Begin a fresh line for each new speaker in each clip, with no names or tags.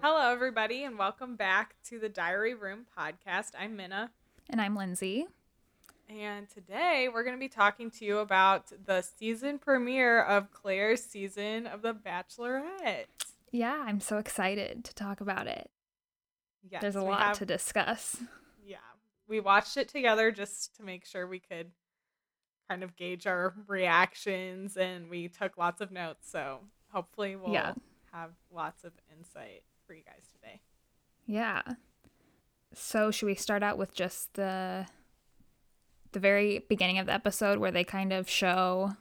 Hello, everybody, and welcome back to the Diary Room podcast. I'm Minna,
And I'm Lindsay.
and today we're going to be talking to you about the season premiere of Claire's season of The Bachelorette.
Yeah, I'm so excited to talk about it.
Yes,
There's a
we
lot
have-
to discuss.
Yeah, we watched it together just to make sure we could kind of gauge our reactions, and we took lots of notes. So hopefully, we'll
Yeah.
have lots of insight for you guys today.
Yeah. So should we start out with just the the very beginning of the episode where they kind of show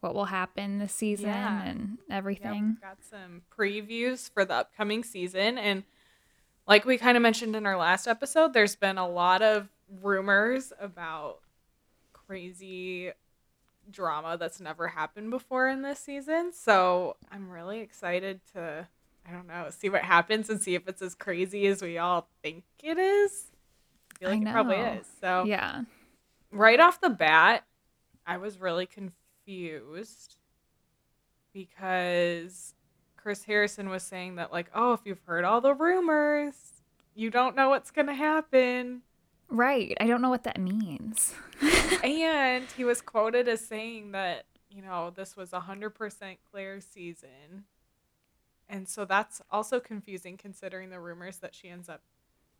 what will happen this season
Yeah.
and
Yeah,
everything?
we've got some previews for the upcoming season. And like we kind of mentioned in our last episode, there's been a lot of rumors about crazy drama that's never happened before in this season. So I'm really excited to, I don't know, see what happens and see if it's as crazy as we all think it is. I feel
I
like it probably
know.
is. So
Yeah.
right off the bat, I was really confused because Chris Harrison was saying that, like, oh, if you've heard all the rumors, you don't know what's going to happen.
Right. I don't know what that means.
and he was quoted as saying that, you know, this was 100% Claire's season. And so that's also confusing considering the rumors that she ends up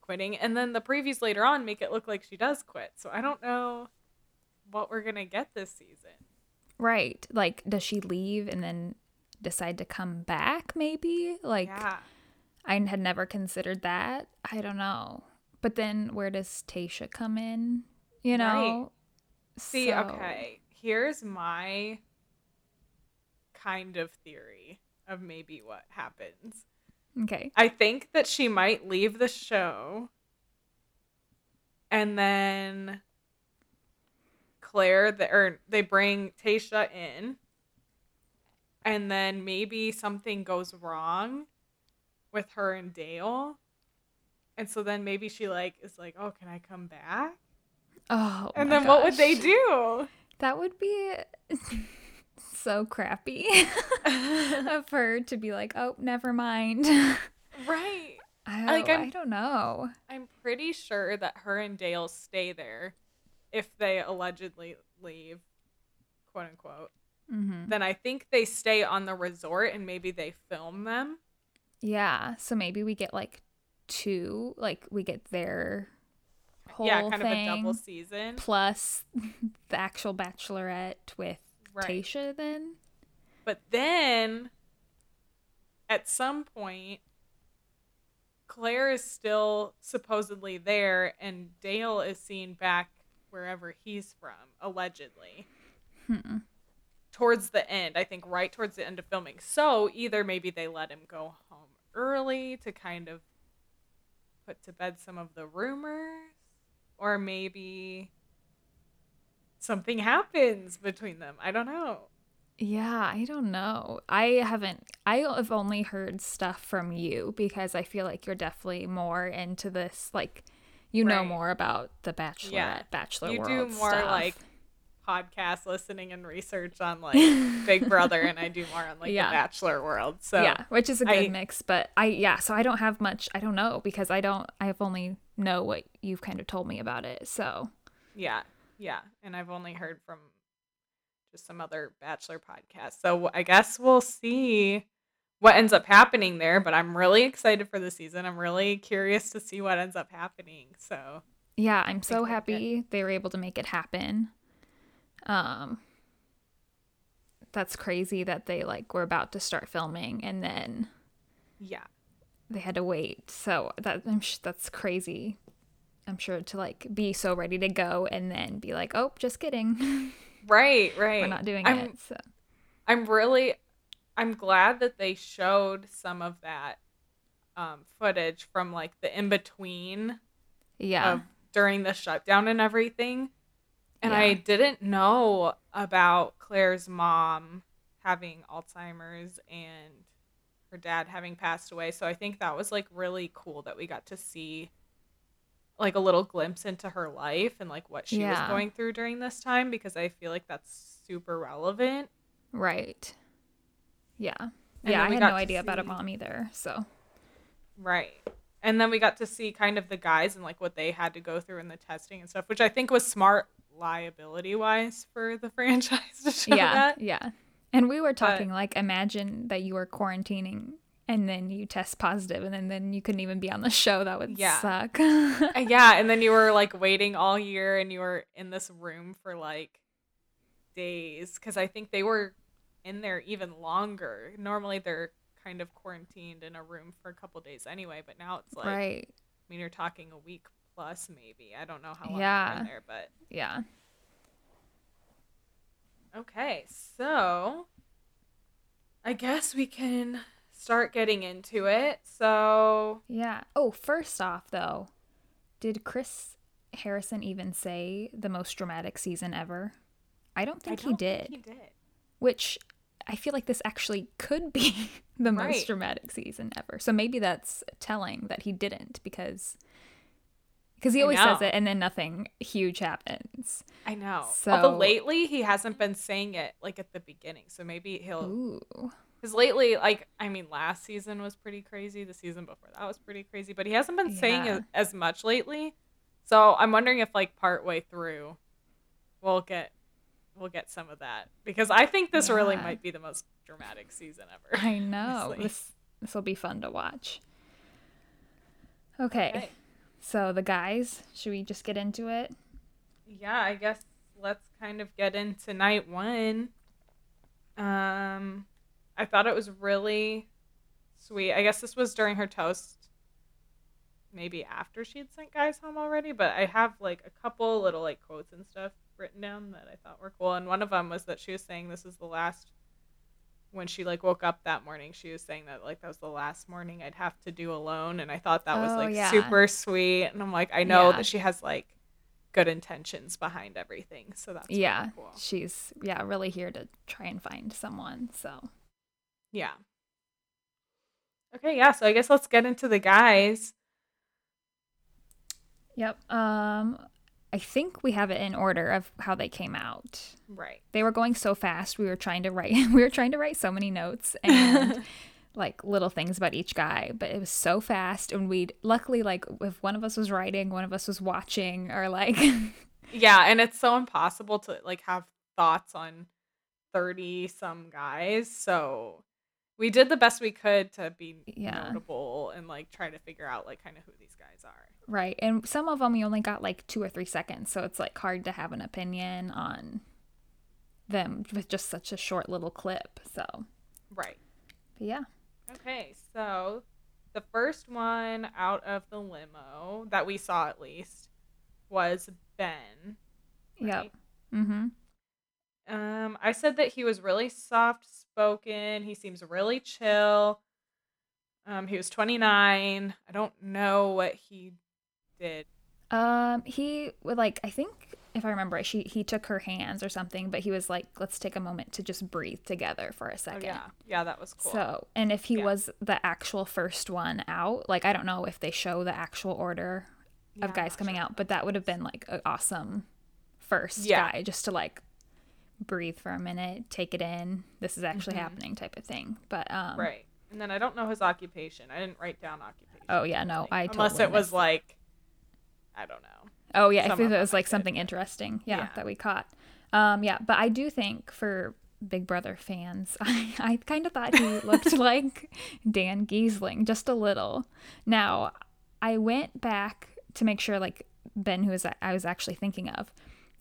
quitting. And then the previews later on make it look like she does quit. So I don't know what we're going to get this season.
Right. Like does she leave and then decide to come back maybe? Like
yeah.
I had never considered that. I don't know. But then where does Tasha come in? You know?
See,
So-
okay. Here's my kind of theory of maybe what happens.
Okay.
I think that she might leave the show and then Claire, the, or they bring Tasha in, and then maybe something goes wrong with her and Dale. And so then maybe she like is like, "Oh, can I come back?"
Oh.
and
my
then what would they
gosh.
do?
That would be so crappy of her to be like, oh, never mind. oh,
Right.
I
I'm-
don't know.
I'm pretty sure that her and Dale stay there if they allegedly leave, quote unquote.
hmm
Then I think they stay on the resort and maybe they film them.
Yeah. So maybe we get like two, like we get their whole
yeah, kind
thing
of a double season.
plus the actual bachelorette with
Right.
Tasha then.
But then at some point, Claire is still supposedly there and Dale is seen back wherever he's from, allegedly.
Hmm.
towards the end, I think right towards the end of filming. So either maybe they let him go home early to kind of put to bed some of the rumors, or maybe something happens between them. I don't know.
Yeah, I don't know. I haven't, I have only heard stuff from you because I feel like you're definitely more into this. Like, you know
Right.
more about the Bachelorette,
Yeah.
Bachelor
you do
World
more
stuff.
like podcast listening and research on like Big Brother, and I do more on like
Yeah.
the Bachelor world. So
yeah, which is a
I-
good mix. But I, yeah, so I don't have much, I don't know because I don't, I have only know what you've kind of told me about it. So,
Yeah, yeah. And I've only heard from just some other Bachelor podcasts. So I guess we'll see what ends up happening there. But I'm really excited for the season. I'm really curious to see what ends up happening. So,
yeah, I'm so
Excited.
happy they were able to make it happen. Um, that's crazy that they like were about to start filming and then
yeah.
they had to wait. So that I'm sh- that's crazy. I'm sure to like be so ready to go and then be like, oh, just kidding,
Right, right.
we're not doing
I'm,
it. So,
I'm really, I'm glad that they showed some of that um, footage from like the in between
yeah,
of during the shutdown and everything. And
Yeah.
I didn't know about Claire's mom having Alzheimer's and her dad having passed away. So I think that was like really cool that we got to see like a little glimpse into her life and like what she was
Yeah.
going through during this time because I feel like that's super relevant.
right, yeah,
And
yeah.
then
I
we
had
got
no
to
idea about a
see-
mom either. So
Right. And then we got to see kind of the guys and like what they had to go through in the testing and stuff, which I think was smart liability wise for the franchise to show
yeah,
that.
yeah. And we were talking like, imagine that you were quarantining and then you test positive, and then, then you couldn't even be on the show. That would
Yeah.
suck.
Uh, Yeah. And then you were like waiting all year and you were in this room for like days because I think they were in there even longer. Normally they're kind of quarantined in a room for a couple days anyway, but now it's like,
right.
I mean, you're talking a week plus maybe. I don't know how long yeah.
Yeah.
you're in there, but.
Yeah.
Okay, so I guess we can start getting into it. So,
Yeah. Oh, first off, though, did Chris Harrison even say the most dramatic season ever? I don't think he
don't
did,
He did.
which I feel like this actually could be the
Right.
most dramatic season ever. So maybe that's telling that he didn't because because he
I
always says
know.
it and then nothing huge happens.
I know.
So-
Although lately he hasn't been saying it like at the beginning. So maybe he'll
Ooh.
cuz lately like I mean last season was pretty crazy, the season before that was pretty crazy, but he hasn't been saying
Yeah.
it as much lately. So, I'm wondering if like partway through we'll get we'll get some of that because I think this really
Yeah.
might be the most dramatic season ever.
I know.
Honestly.
this this will be fun to watch. Okay.
Okay.
So the guys, should we just get into it?
yeah, I guess let's kind of get into night one. Um, I thought it was really sweet. I guess this was during her toast, maybe after she had sent guys home already. But I have like a couple little like quotes and stuff written down that I thought were cool. And one of them was that she was saying this is the last. When she like woke up that morning, she was saying that like that was the last morning I'd have to do alone, and I thought that was
Oh,
like
yeah.
super sweet. And I'm like, I know
Yeah.
that she has like good intentions behind everything. So that's really
yeah
cool.
she's yeah really here to try and find someone so
Yeah. Okay, yeah, so I guess let's get into the guys.
yep um i think we have it in order of how they came out
Right.
they were going so fast we were trying to write we were trying to write so many notes and like little things about each guy but it was so fast and we'd luckily like if one of us was writing one of us was watching or like
Yeah, and it's so impossible to like have thoughts on 30 some guys. So we did the best we could to be
Yeah.
notable and like try to figure out like kind of who these guys are.
right and some of them we only got like two or three seconds so it's like hard to have an opinion on them with just such a short little clip so
Right.
But yeah.
Okay, so the first one out of the limo that we saw at least was Ben.
Yep. Mm-hmm.
Um, I said that he was really soft spoken. He seems really chill. Um, he was 29. I don't know what he did.
Um, he would like I think if I remember, right, she he took her hands or something, but he was like, "Let's take a moment to just breathe together for a
Oh,
second.
yeah. Yeah, that was cool.
So, and if he
Yeah.
was the actual first one out, like I don't know if they show the actual order
Yeah,
of
I'm
guys
not
coming
sure.
out, but that would have been like an awesome first
Yeah.
guy just to like breathe for a minute, take it in. This is actually happening, type of thing. But um,
Mm-hmm. Right. And then I don't know his occupation. I didn't write down occupation.
Oh yeah, no, I totally
Unless it was
missed
like, I don't know.
Oh yeah,
some
if it
of them
was
I
like
did,
something interesting, yeah,
Yeah.
that we caught. Um, yeah, but I do think for Big Brother fans, I, I kind of thought he looked like Dan Giesling just a little. Now, I went back to make sure like Ben, who is I was actually thinking of,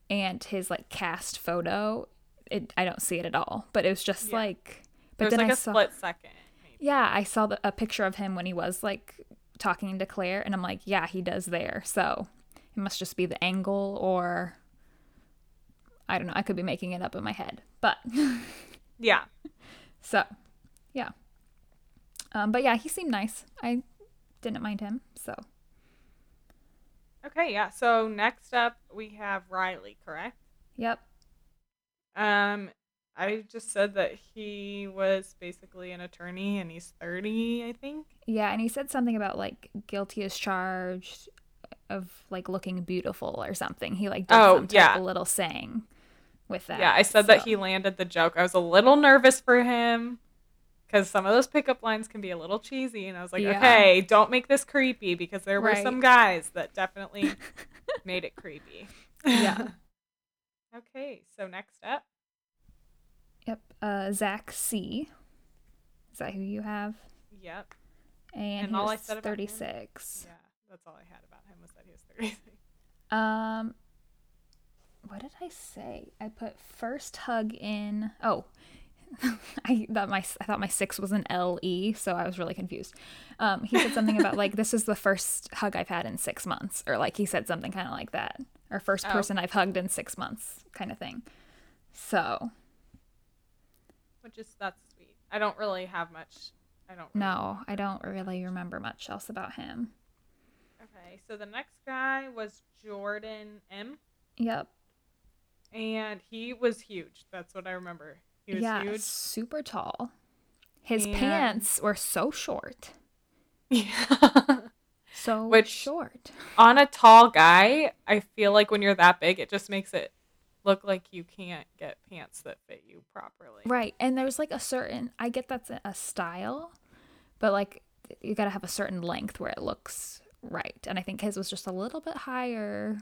and his like cast photo. It, I don't see it at all, but it was just
Yeah.
like. But
There's
then
like
I
a
saw,
split second. Maybe.
yeah, I saw the, a picture of him when he was like talking to Claire, and I'm like, yeah, he does there. So it must just be the angle, or I don't know. I could be making it up in my head, but
Yeah.
so yeah. Um, but yeah, he seemed nice. I didn't mind him. So
Okay. Yeah. So next up we have Riley, correct?
yep,
Um, I just said that he was basically an attorney and he's 30, I think.
yeah. And he said something about like guilty as charged of like looking beautiful or something. He like did
Oh,
some type
yeah.
of little saying with that.
Yeah, I said that
so-
he landed the joke. I was a little nervous for him, because some of those pickup lines can be a little cheesy. And I was like,
Yeah.
okay, don't make this creepy because there were
Right.
some guys that definitely made it creepy.
Yeah.
okay, so next up,
Yep. Uh, Zach C. Is that who you have?
yep,
And,
And
he
all I
was
said about him?
36.
yeah, that's all I had about him was that he was 36.
Um, what did I say? I put first hug in. Oh, I thought my I thought my six was an L E, so I was really confused. Um, he said something about like this is the first hug I've had in six months, or like he said something kind of like that, or first
Oh.
person I've hugged in six months, kind of thing. So
which is that's sweet. I don't really have much. I don't. Really
no, I don't really remember much else about him.
Okay, so the next guy was Jordan M,
Yep.
and he was huge. That's what I remember. He was
yeah,
huge.
super tall. His
And-
pants were so short,
Yeah.
so
Which-
short.
On a tall guy, I feel like when you're that big, it just makes it look like you can't get pants that fit you properly.
Right. And there's like a certain, I get that's a- a style, but like you got to have a certain length where it looks right. And I think his was just a little bit higher.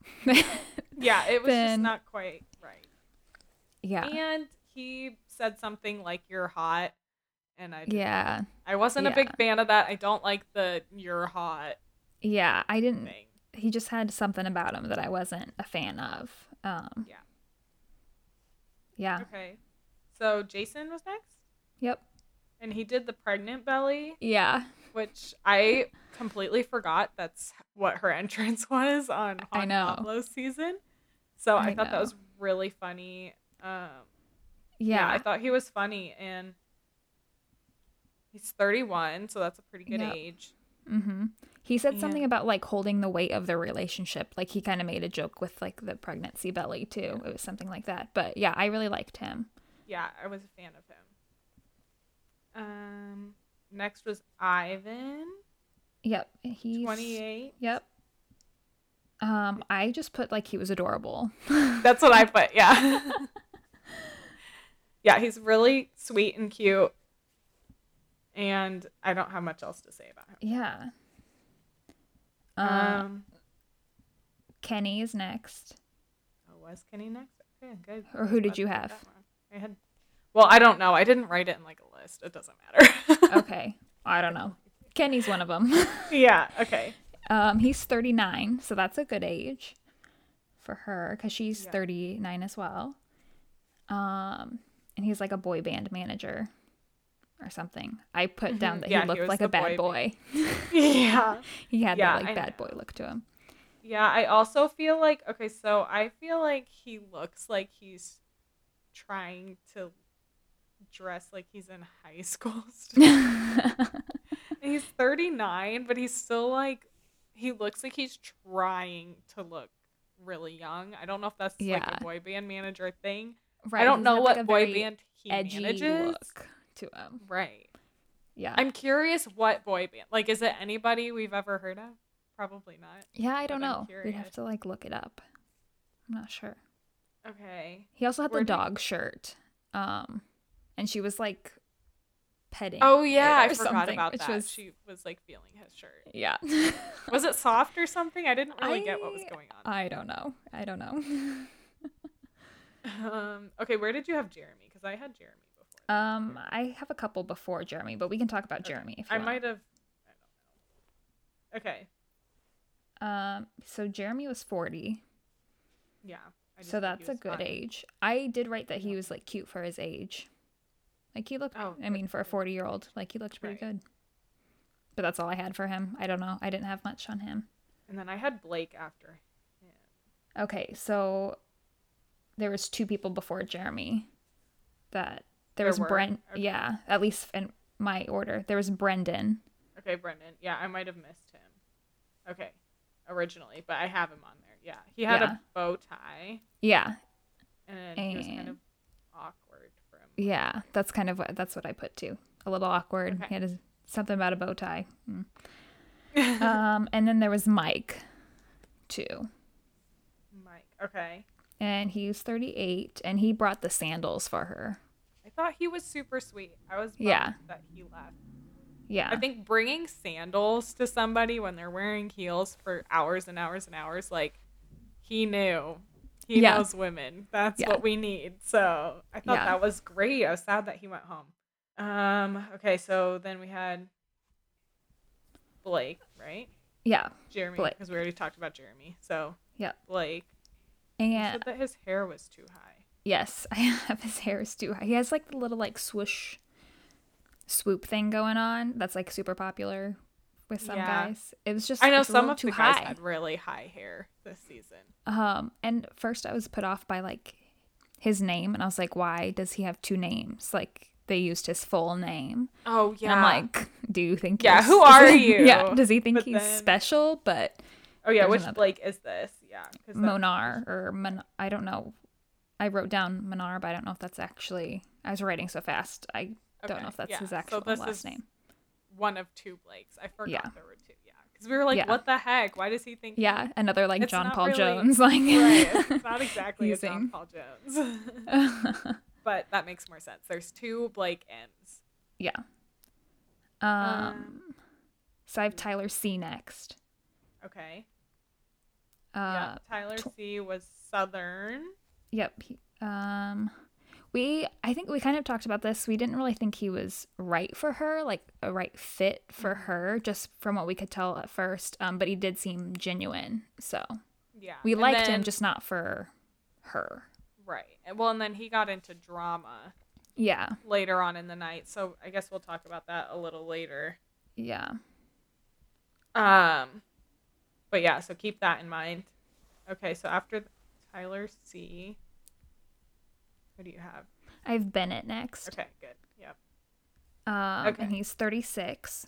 Yeah, it was just
Then-
not quite right.
yeah.
And he said something like "You're hot," and I
Yeah.
I wasn't a
Yeah.
big fan of that. I don't like the "You're hot"
Yeah. I didn't,
thing.
he just had something about him that I wasn't a fan of. Um,
Yeah.
Yeah.
Okay, so Jason was next,
Yep.
and he did the pregnant belly.
Yeah.
which I completely forgot that's what her entrance was on
I
Hot
know.
Pablo season. So I,
I
thought that
know.
was really funny. Um, yeah.
Yeah.
I thought he was funny, and he's 31, so that's a pretty good
Yep.
age.
mm-hmm. He said something
And-
about like holding the weight of their relationship. Like he kind of made a joke with like the pregnancy belly too. It was something like that. But yeah, I really liked him.
Yeah, I was a fan of him. Um, next was Ivan,
Yep. He's
28.
Yep. Um, I just put like he was adorable.
That's what I put. Yeah. yeah, he's really sweet and cute. And I don't have much else to say about him.
Yeah. Um,
Um,
Kenny is next.
oh, was Kenny next? Okay, good.
Or who did
Glad
you
I got
have?
that one. I had. Well, I don't know. I didn't write it in like a list. It doesn't matter.
Okay. I don't know. Kenny's one of them.
yeah. Okay.
um, he's 39, so that's a good age for her because she's
Yeah.
39 as well. Um, and he's like a boy band manager or something. I put down that
Mm-hmm. Yeah,
he
he
looked
was
like a
the
bad
boy
boy.
Yeah.
He had
Yeah,
that like
I
bad
know.
boy look to him.
Yeah. I also feel like okay. So I feel like he looks like he's trying to dress like he's in high school. Still. And he's 39, but he's still like he looks like he's trying to look really young. I don't know if that's like
Yeah.
a boy band manager thing.
right.
I don't
he's
know
got,
what
like, a
boy
very
band he
edgy
manages.
look to him.
Right.
Yeah.
I'm curious what boy band. Like is it anybody we've ever heard of? Probably not.
yeah, I don't
I'm
know. We'd
curious.
have to like look it up. I'm not sure.
Okay.
He also had
Where
the
do you-
dog shirt. Um and she was like petting.
Oh yeah,
or
I forgot
something,
about
which
that.
was-
She was like feeling his shirt.
Yeah.
Was it soft or something? I didn't really get what was
I- uh,
going on.
I don't know. I don't know.
Um, okay, where did you have Jeremy? Because I had Jeremy before.
Um I have a couple before Jeremy, but we can talk about Jeremy if you
I
want.
might have. I don't know. Okay.
Um so Jeremy was 40.
Yeah. I just
So
think he
that's a
was
good
fun.
age. I did write that he was like cute for his age. Like he looked
Oh,
I
good
mean for a
for his
40-year-old, like he looked pretty good. But that's all I had for him. I don't know. I didn't have much on him.
And then I had Blake after.
Okay, so there was two people before Jeremy that there,
There
was
were?
Brent
Okay.
yeah, at least in my order. There was Brendan.
Okay, Brendan. Yeah, I might have missed him. Okay, originally, but I have him on there. Yeah, he had
Yeah.
a bow tie,
Yeah.
and, he was kind
And-
of awkward for him.
Yeah. That's kind of what that's what I put too. A little awkward.
Okay.
He had a, something about a bow tie. Mm. um and then there was Mike too.
Mike. Okay,
And he was 38 and he brought the sandals for her.
I thought he was super sweet. I was bummed
Yeah.
that he left.
Yeah.
I think bringing sandals to somebody when they're wearing heels for hours and hours and hours, like he knew. He
Yeah.
knows women. That's
Yeah.
what we need. So I thought
Yeah.
that was great. I was sad that he went home. Um, okay, so then we had Blake, right?
yeah.
Jeremy,
Blake.
because we already talked about Jeremy. So
Yep.
Blake he
And
said that his hair was too high.
yes, I have his hair is too high. He has like the little like swoosh swoop thing going on that's like super popular with some
Yeah.
guys. It was just
I know
it's a little
some of
too
the
high.
guys had really high hair this season.
Um, and first I was put off by like his name, and I was like, why does he have two names? Like they used his full name.
Oh yeah,
And I'm like, do you think?
Yeah,
you're
who
s-
are you?
yeah, does he think
But
he's
then-
special? But
oh yeah,
there's
which
another-
Blake is this? Yeah, 'cause that-
Monar or Mon- I don't know. I wrote down Monar, but I don't know if that's actually. I was writing so fast, I don't
Okay,
know if that's
yeah.
his
So
actual
this
last
is
name.
One of two Blakes. I forgot
Yeah.
there were two. Yeah, because we were like,
Yeah.
what the heck? Why does he think?
Yeah, another like
It's
John
not
Paul
really-
Jones, like
right. It's not exactly a John
Using-
Paul Jones,
Um,
but that makes more sense. There's two Blake M's.
yeah. Um, so I have Tyler C next.
Okay.
Uh,
yeah. Tyler C was Southern.
Yep. he- Um, we I think we kind of talked about this. We didn't really think he was right for her, like a right fit for
Mm-hmm.
her, just from what we could tell at first. Um, but he did seem genuine, so
Yeah.
we
and
liked
then-
him, just not for her.
right. And- Well, and then he got into drama
Yeah,
later on in the night. So I guess we'll talk about that a little later.
yeah,
Um, but yeah, so keep that in mind. Okay, so after th- Tyler C, who do you have?
I have Bennett next.
Okay, good. Yep.
Um,
Okay.
and he's thirty six.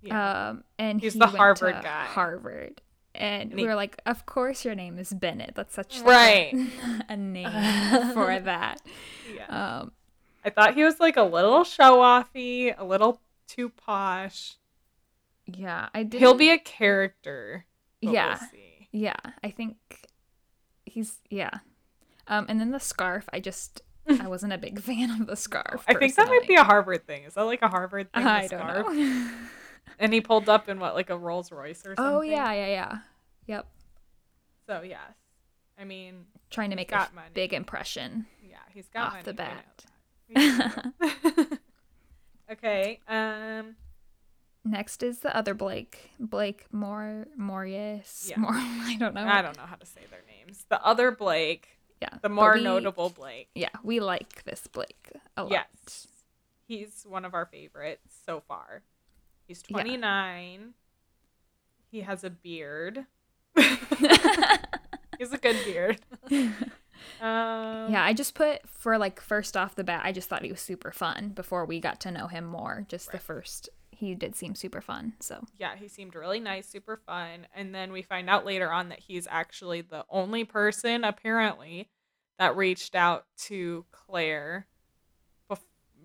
Yeah.
Um, and
He's
he
the
went
Harvard
to
guy.
Harvard. And
And
we
he-
were like, of course your name is Bennett. That's such like,
Right.
a, a name for that.
yeah.
Um,
I thought he was like a little show offy, a little too posh.
yeah, I did.
He'll be a character. but we'll
yeah,
see.
yeah. I think he's yeah. Um, and then the scarf. I just I wasn't a big fan of the scarf.
I think that might be a Harvard thing. Is that like a Harvard thing?
personally.
to
I don't
scarf?
know.
And he pulled up in what, like a Rolls Royce or something?
oh yeah, yeah, yeah. Yep.
So, yes. I mean,
Trying to make a
got money.
big impression.
Yeah, he's got
off the
money, we know that. We know that. okay. Um.
Next is the other Blake, Blake Mor Morius.
Yeah.
Mor- I don't know.
I don't know how to say their names. The other Blake,
Oh. Yeah.
the
but
more
we-
notable Blake.
Yeah, we like this Blake a lot.
Yes, he's one of our favorites so far. He's
Yeah.
twenty nine. He has a beard. he's a good beard. um,
Yeah, I just put for like first off the bat, I just thought he was super fun before we got to know him more. Just the
Right.
first, he did seem super fun. So,
yeah, he seemed really nice, super fun. And then we find out later on that he's actually the only person, apparently, that reached out to Claire bef-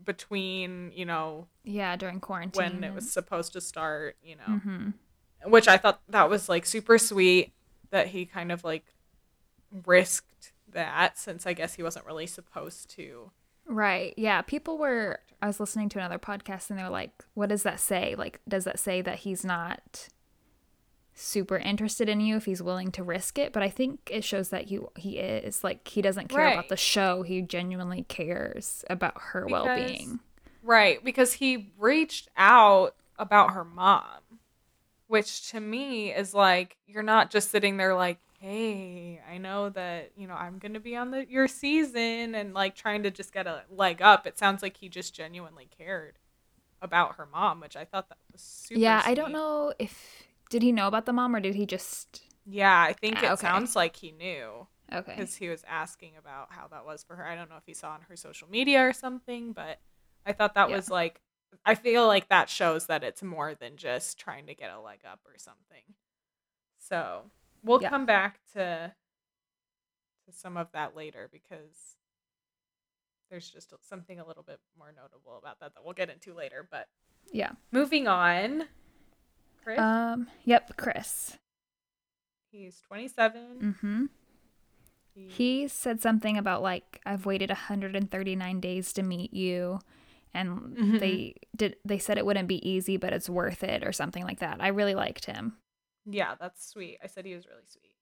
between, you know,
yeah, during quarantine.
when it was supposed to start, you know,
hmm
which I thought that was like super sweet that he kind of like risked that since I guess he wasn't really supposed to.
Right. Yeah. People were, I was listening to another podcast and they were like, what does that say? Like, does that say that he's not super interested in you if he's willing to risk it? But I think it shows that he, he is. Like, he doesn't care
Right.
about the show. He genuinely cares about her
Because-
well being.
Right, because he reached out about her mom, which to me is like you're not just sitting there like, "Hey, I know that, you know, I'm going to be on the your season and like trying to just get a leg up." It sounds like he just genuinely cared about her mom, which I thought that was super
Yeah. I don't
sweet.
know if, did he know about the mom or did he just,
Yeah, I think it
Ah, okay.
sounds like he knew
okay.
because he was asking about how that was for her. I don't know if he saw on her social media or something, but I thought that
Yeah.
was like, I feel like that shows that it's more than just trying to get a leg up or something. So we'll
Yeah.
come back to to some of that later because there's just something a little bit more notable about that that we'll get into later. But
Yeah. Uh,
moving on, Chris,
Um, yep. Chris.
he's 27.
Mm-hmm. Mm hmm.
He,
He said something about like I've waited 139 days to meet you and
Mhm.
they did they said it wouldn't be easy but it's worth it or something like that. I really liked him.
yeah, that's sweet. I said he was really sweet.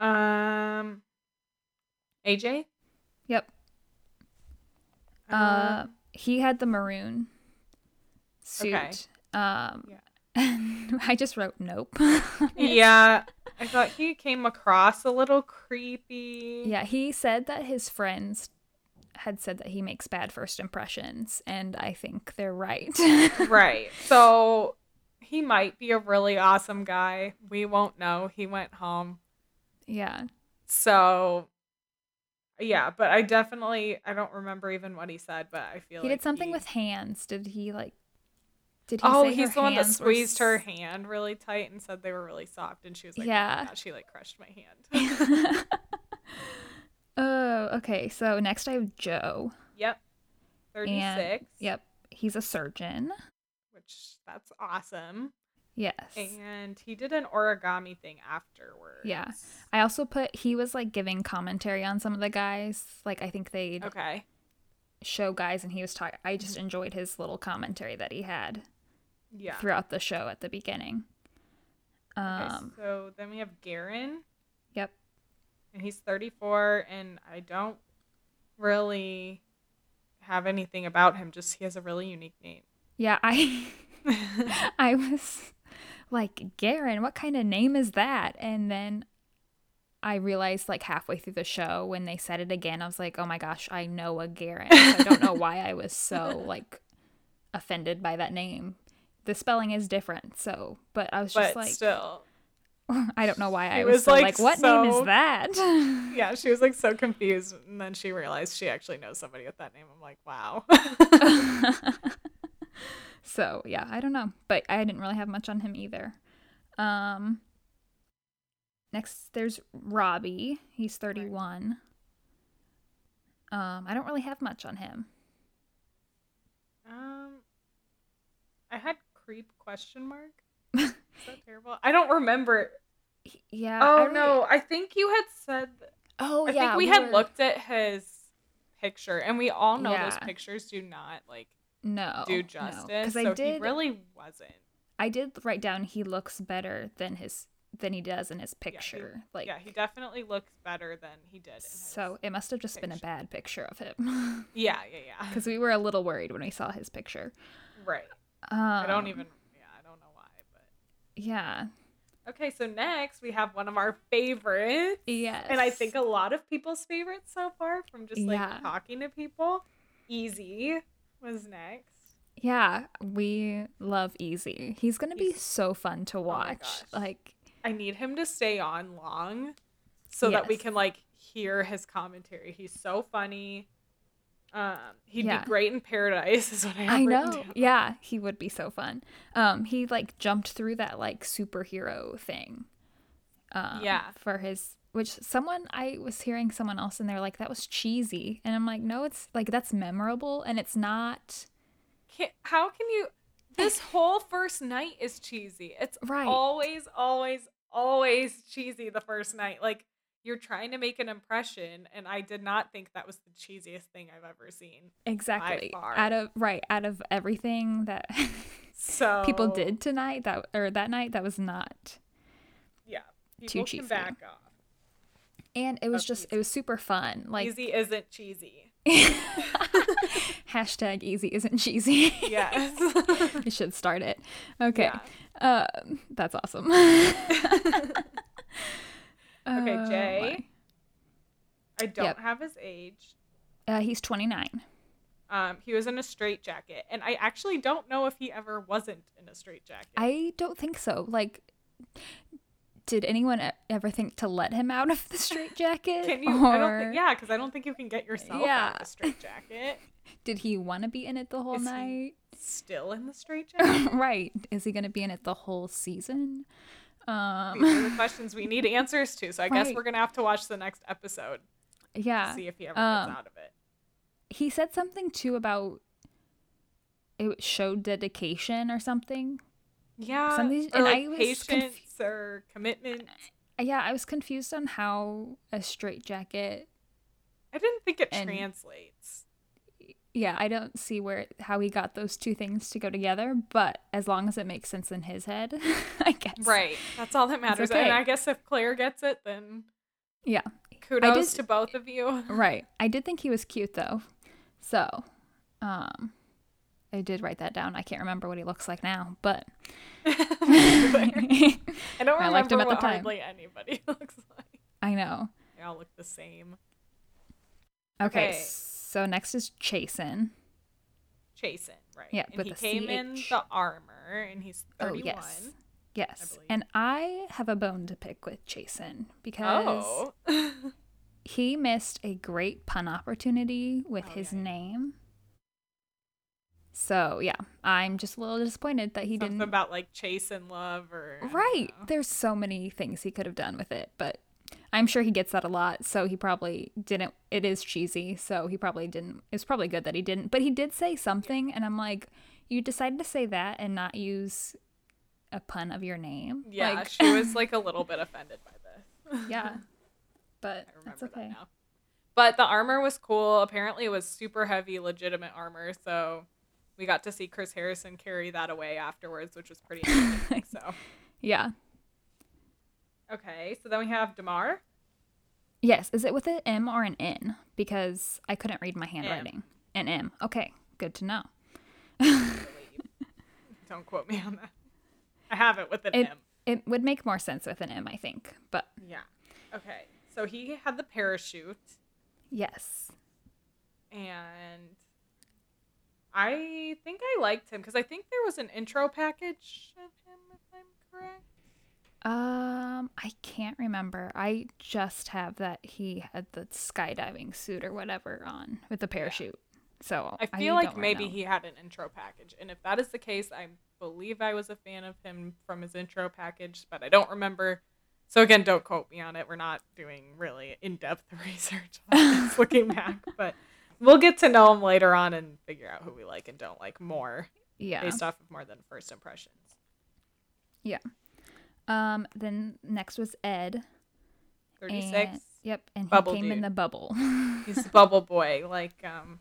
Um, AJ.
Yep. Uh,
Um,
he had the maroon suit.
Okay.
Um
Yeah.
and I just wrote nope.
yeah, I thought he came across a little creepy.
Yeah, he said that his friends had said that he makes bad first impressions, and I think they're right.
Right. So he might be a really awesome guy. We won't know. He went home.
yeah.
So yeah, but I definitely I don't remember even what he said, but I feel
He
like
did something
he-
with hands. Did he like did he
Oh,
say her
he's the one that
hands were
squeezed her
s-
hand really tight and said they were really soft and she was like,
Yeah.
yeah, she like crushed my hand.
oh, okay. So next I have Joe.
yep. 36.
Yep. He's a surgeon.
Which that's awesome.
Yes.
And he did an origami thing afterwards.
Yeah. I also put he was like giving commentary on some of the guys. Like I think they would
Okay. Mm-hmm.
show guys and he was talking I just enjoyed his little commentary that he had.
Yeah.
throughout the show at the beginning.
Okay,
Um,
so then we have Garen.
Yep.
and he's 34 and i don't really have anything about him just he has a really unique name
Yeah, I I was like, Garen, what kind of name is that? And then I realized like halfway through the show when they said it again, I was like, oh my gosh, I know a Garen. I don't know why I was so like offended by that name. The spelling is different, so but I was just
but
like,
still
I don't know why I
It
was,
was,
so,
like,
like, what name
so-
is that?
yeah she was like so confused and then she realized she actually knows somebody with that name i'm like wow
so yeah, I don't know, but I didn't really have much on him either. Um, next, there's Robbie. He's 31. Um, I don't really have much on him.
um i had creep question mark is that terrible i don't remember
He- yeah. Uh, I
oh
really-
no i think you had said
Oh
i
yeah.
think we, had
were-
looked at his picture and we all know those
Yeah.
pictures do not like
No.
do
no,
justice
I
so
did.
he really wasn't
I did write down he looks better than his than he does in his
he-
picture. like
yeah, he definitely looks better than he did. In his.
so, it must have just been a
picture.
bad picture of him
yeah, yeah, yeah.
because we were a little worried when we saw his picture.
Right.
Um,
I don't even. Yeah, I don't know why, but
Yeah.
okay. So next we have one of our favorites,
Yes.
and I think a lot of people's favorites so far from just like
Yeah.
talking to people. Easy was next.
yeah, we love Easy. He's gonna be
He's- Oh
so fun to
my
watch.
gosh.
like,
I need him to stay on long, so that we
Yes.
can like hear his commentary. He's so funny. Um, he'd
Yeah.
be great in Paradise, is what I have
I
written
know.
down.
Yeah, he would be so fun. Um, he like jumped through that like superhero thing. Um,
Yeah.
For his, which someone I was hearing someone else, and they're like, "That was cheesy," and I'm like, "No, it's like that's memorable, and it's not."
can, how can you this whole first night is cheesy it's
Right.
always always always cheesy the first night like you're trying to make an impression and i did not think that was the cheesiest thing i've ever seen
Exactly.
far.
Out of right, out of everything that
so
people did tonight, that or that night, that was not
yeah
Too
people
cheesy.
can back off
And it was
Of
just, it was super fun. Like,
cheesy isn't cheesy
hashtag easy isn't cheesy.
yes
I should start it. Okay.
Yeah.
Um, that's awesome.
Okay,
Oh,
Jay. i don't
Yep.
have his age
my. Uh, he's 29.
um, he was in a straitjacket, and I actually don't know if he ever wasn't in a straitjacket.
I don't think so. Like, did anyone e- ever think to let him out of the straitjacket?
Can you? I don't
Or
think, yeah, because I don't think you can get yourself out
Yeah.
of the straitjacket.
Did he want to be in it the whole
Is he-
night?
Still in the straitjacket?
right. Is he going to be in it the whole season? Um,
These are the questions we need answers to. So I guess
Right.
we're gonna have to watch the next episode
yeah.
to see if he ever gets
Um,
out of it.
he said something too about it showed dedication or something
Yeah,
something-
or
and
like
I was
patience
confu-
or commitment.
yeah, I was confused on how a straitjacket.
I didn't think it
And-
translates.
Yeah, I don't see where how he got those two things to go together, but as long as it makes sense in his head, I guess.
Right. That's all that matters.
okay.
And I guess if Claire gets it, then
Yeah.
kudos
just-
to both of you.
Right. I did think he was cute though. So, um I did write that down. I can't remember what he looks like now, but I
I don't
I
remember
liked him at the
what
time.
hardly anybody looks like.
know.
They all look the same.
Okay,
Okay.
So next is Chasen.
Chasen, right?
Yeah,
and
with
he
a
came in
CH.
the armor, and he's
Oh
thirty-one.
yes. Yes.
believe.
and I have a bone to pick with Chasen because
Oh,
he missed a great pun opportunity with
Oh,
his
yeah, yeah.
name. So, yeah, I'm just a little disappointed that he
something
didn't
about like chase and love, or I don't
Right.
know.
There's so many things he could have done with it, but I'm sure he gets that a lot, so he probably didn't it is cheesy, so he probably didn't it's probably good that he didn't, but he did say something and I'm like, you decided to say that and not use a pun of your name.
Yeah,
Like,
she was like a little bit offended by this.
yeah. But
I remember
that's okay.
that now. But the armor was cool. Apparently, it was super heavy, legitimate armor. So we got to see Chris Harrison carry that away afterwards, which was pretty. amazing, so
Yeah.
okay, so then we have Damar.
Yes, is it with an M or an N? Because I couldn't read my handwriting. An M. Okay, good to know.
Don't quote me on that. I have it with an
It
M.
it would make more sense with an M, I think. But
Yeah. Okay. So he had the parachute,
yes.
and I think I liked him because I think there was an intro package of him, if I'm correct.
Um, I can't remember. I just have that he had the skydiving suit or whatever on with the parachute. So
I feel like
don't
maybe
know.
he had an intro package, and if that is the case, I believe I was a fan of him from his intro package, but I don't remember. So again, don't quote me on it. We're not doing really in-depth research on this looking back, but we'll get to know him later on and figure out who we like and don't like more
yeah.
based off of more than first impressions.
um. Then next was Ed. and-
Thirty-six.
Yep. And he
Bubble
came in
dude.
the bubble.
He's the bubble boy, like um,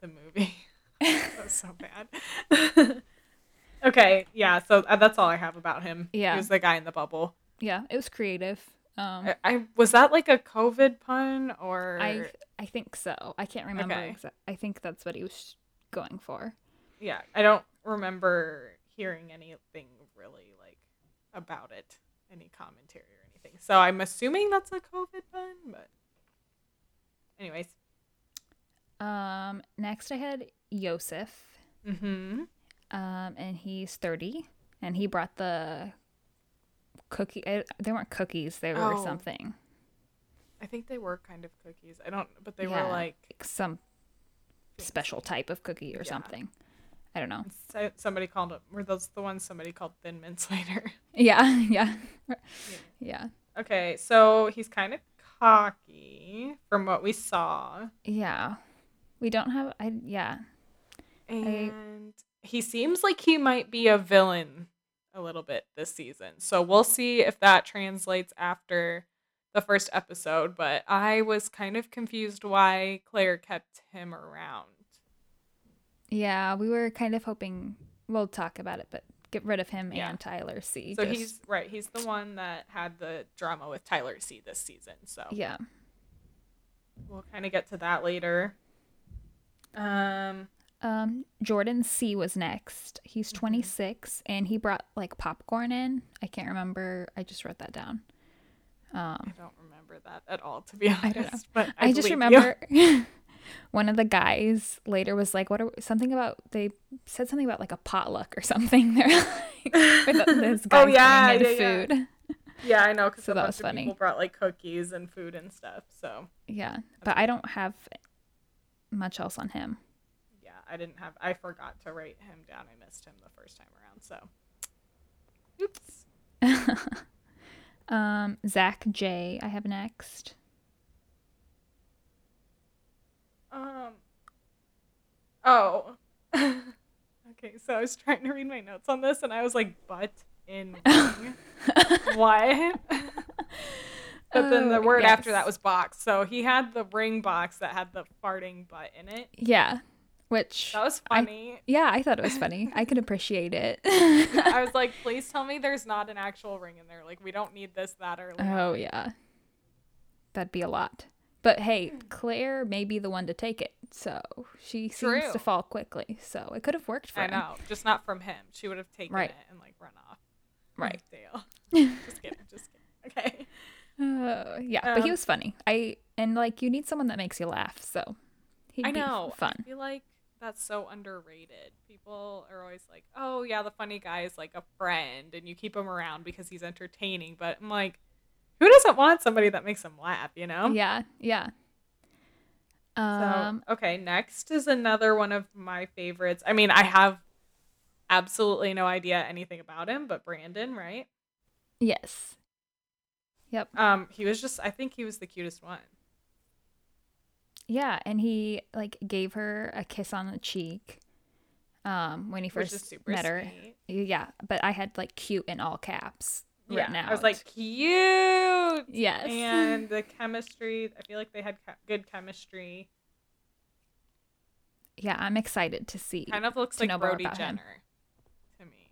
the movie. that was so bad. okay, yeah. So uh, that's all I have about him.
Yeah.
he was the guy in the bubble.
yeah. It was creative. Um.
I, I was that like a COVID pun or
I I think so. I can't remember.
Okay.
exa- I think that's what he was going for.
yeah? I don't remember hearing anything really like about it, any commentary or anything. So I'm assuming that's a COVID pun, but anyways.
Um. Next, I had Yosef.
Mm-hmm.
um, and he's 30 and he brought the cookie I, they weren't cookies they were
Oh.
something
I think they were kind of cookies. I don't, but they
Yeah.
were like
like some special type of cookie or
Yeah.
something i don't know
So- somebody called it were those the ones somebody called thin mints later
yeah yeah yeah
okay so he's kind of cocky from what we saw
yeah we don't have i yeah
and he seems like he might be a villain a little bit this season so we'll see if that translates after the first episode but i was kind of confused why claire kept him around
yeah we were kind of hoping we'll talk about it but get rid of him
Yeah.
and tyler c
so
just-
he's right he's the one that had the drama with tyler c this season so
yeah
we'll kind of get to that later um
um jordan c was next he's
Mm-hmm.
26 and he brought like popcorn in i can't remember i just wrote that down
I don't remember that at all, to be honest.
don't know.
But I,
I, just
believe you.
remember one of the guys later was like, "What are something about?" They said something about like a potluck or something. They're like, with this guy
Oh, yeah,
bringing in
yeah, yeah.
food. Yeah,
Yeah, I know because
So
a
that
bunch
was
of
funny.
people brought like cookies and food and stuff. So
but I don't have much else on him.
yeah, I didn't have. I forgot to write him down. I missed him the first time around. So, oops.
Um, Zach J. I have next.
Um. Oh. okay. So I was trying to read my notes on this, and I was like, "But in wing." what? But then the
Oh,
word after
yes.
that was box. So he had the ring box that had the farting butt in it.
Yeah. Which
That was
I-
funny.
yeah, I thought it was funny. I could appreciate it.
I was like, please tell me there's not an actual ring in there. Like we don't need this that early.
oh yeah. That'd be a lot. But hey, Claire may be the one to take it. So she seems
True.
to fall quickly. So it could have worked for
I
him.
know, just not from him. She would have taken
Right.
it and like run off.
Right.
Dale. just kidding. Just kidding. Okay.
Uh, yeah, but
Um,
he was funny. I and like you need someone that makes you laugh, so he'd
I know.
be fun.
I feel like that's so underrated. People are always like, "Oh yeah, the funny guy is like a friend, and you keep him around because he's entertaining." But I'm like, who doesn't want somebody that makes them laugh? You know?
Yeah, yeah.
So,
Um,
okay, next is another one of my favorites. I mean, I have absolutely no idea anything about him, but Brandon, right?
yes. Yep.
Um, he was just I think he was the cutest one.
Yeah, and he like gave her a kiss on the cheek um when he
Which
first
is super
met her.
sweet.
Yeah, but I had like cute in all caps written
I was
out.
like, cute.
yes.
and the chemistry i feel like they had che- good chemistry
yeah, I'm excited to see.
kind of looks
To
like
know more
brody
about him.
jenner to me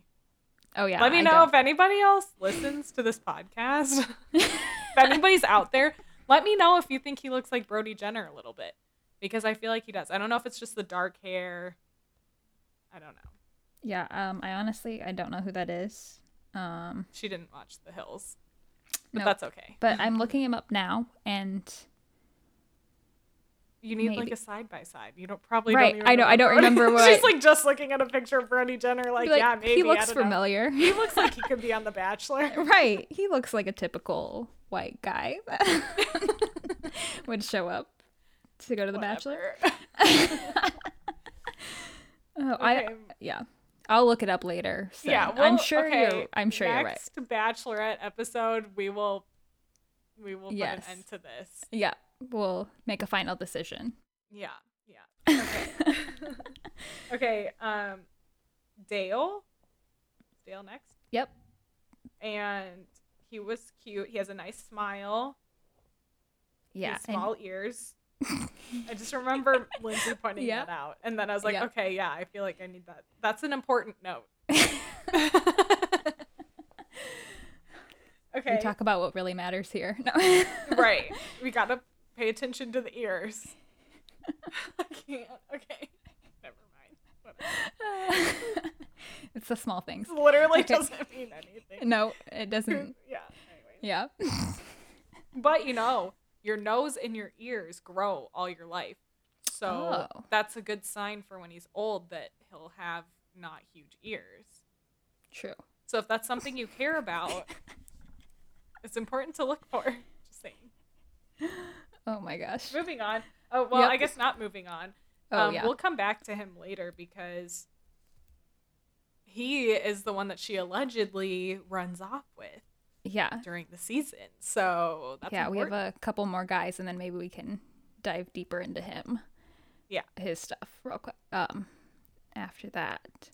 oh yeah.
let me
I
know
don't-
if anybody else listens to this podcast if anybody's out there let me know if you think he looks like brody jenner a little bit because i feel like he does i don't know if it's just the dark hair i don't know
yeah, um I honestly I don't know who that is. Um
she didn't watch the hills but
no.
that's okay
but I'm looking him up now, and
you need like
maybe.
a side by side you don't probably
Right,
don't even
I know, I don't
Brody-
remember what-
she's like just looking at a picture of brody jenner like,
be like,
yeah maybe
he
I
looks
don't know.
familiar.
He looks like he could be on The Bachelor.
right, he looks like a typical white guy that would show up to go to the Bachelor.
Whatever.
Oh, I
Okay.
yeah, I'll look it up later. So
yeah,
I'm
well,
sure
okay,
you're. I'm sure you're right.
next Bachelorette episode, we will, we will put
Yes.
an end to this.
Yeah, we'll make a final decision.
Yeah, yeah. Okay. okay. Um, Dale. Dale next,
Yep.
and he was cute. He has a nice smile.
Yeah.
his
and-
small ears. I just remember Lindsay pointing
Yeah.
that out, and then I was like,
Yeah.
okay, yeah, I feel like I need that. That's an important note. okay,
We talk about what really matters here. No.
right. We gotta pay attention to the ears. I can't. Okay, never mind. Whatever.
it's the small things.
This literally
Okay.
doesn't mean anything.
No, it doesn't.
yeah. Anyway.
Yeah.
But you know, your nose and your ears grow all your life. So
Oh.
that's a good sign for when he's old that he'll have not huge ears.
True.
So if that's something you care about, it's important to look for. Just saying.
Oh my gosh.
Moving on. Oh, well,
Yep.
I guess not moving on.
Oh
um,
yeah.
We'll come back to him later because he is the one that she allegedly runs off with
yeah.
during the season. So that's
yeah,
important.
we have a couple more guys, and then maybe we can dive deeper into him.
Yeah.
his stuff real quick. Um, after that,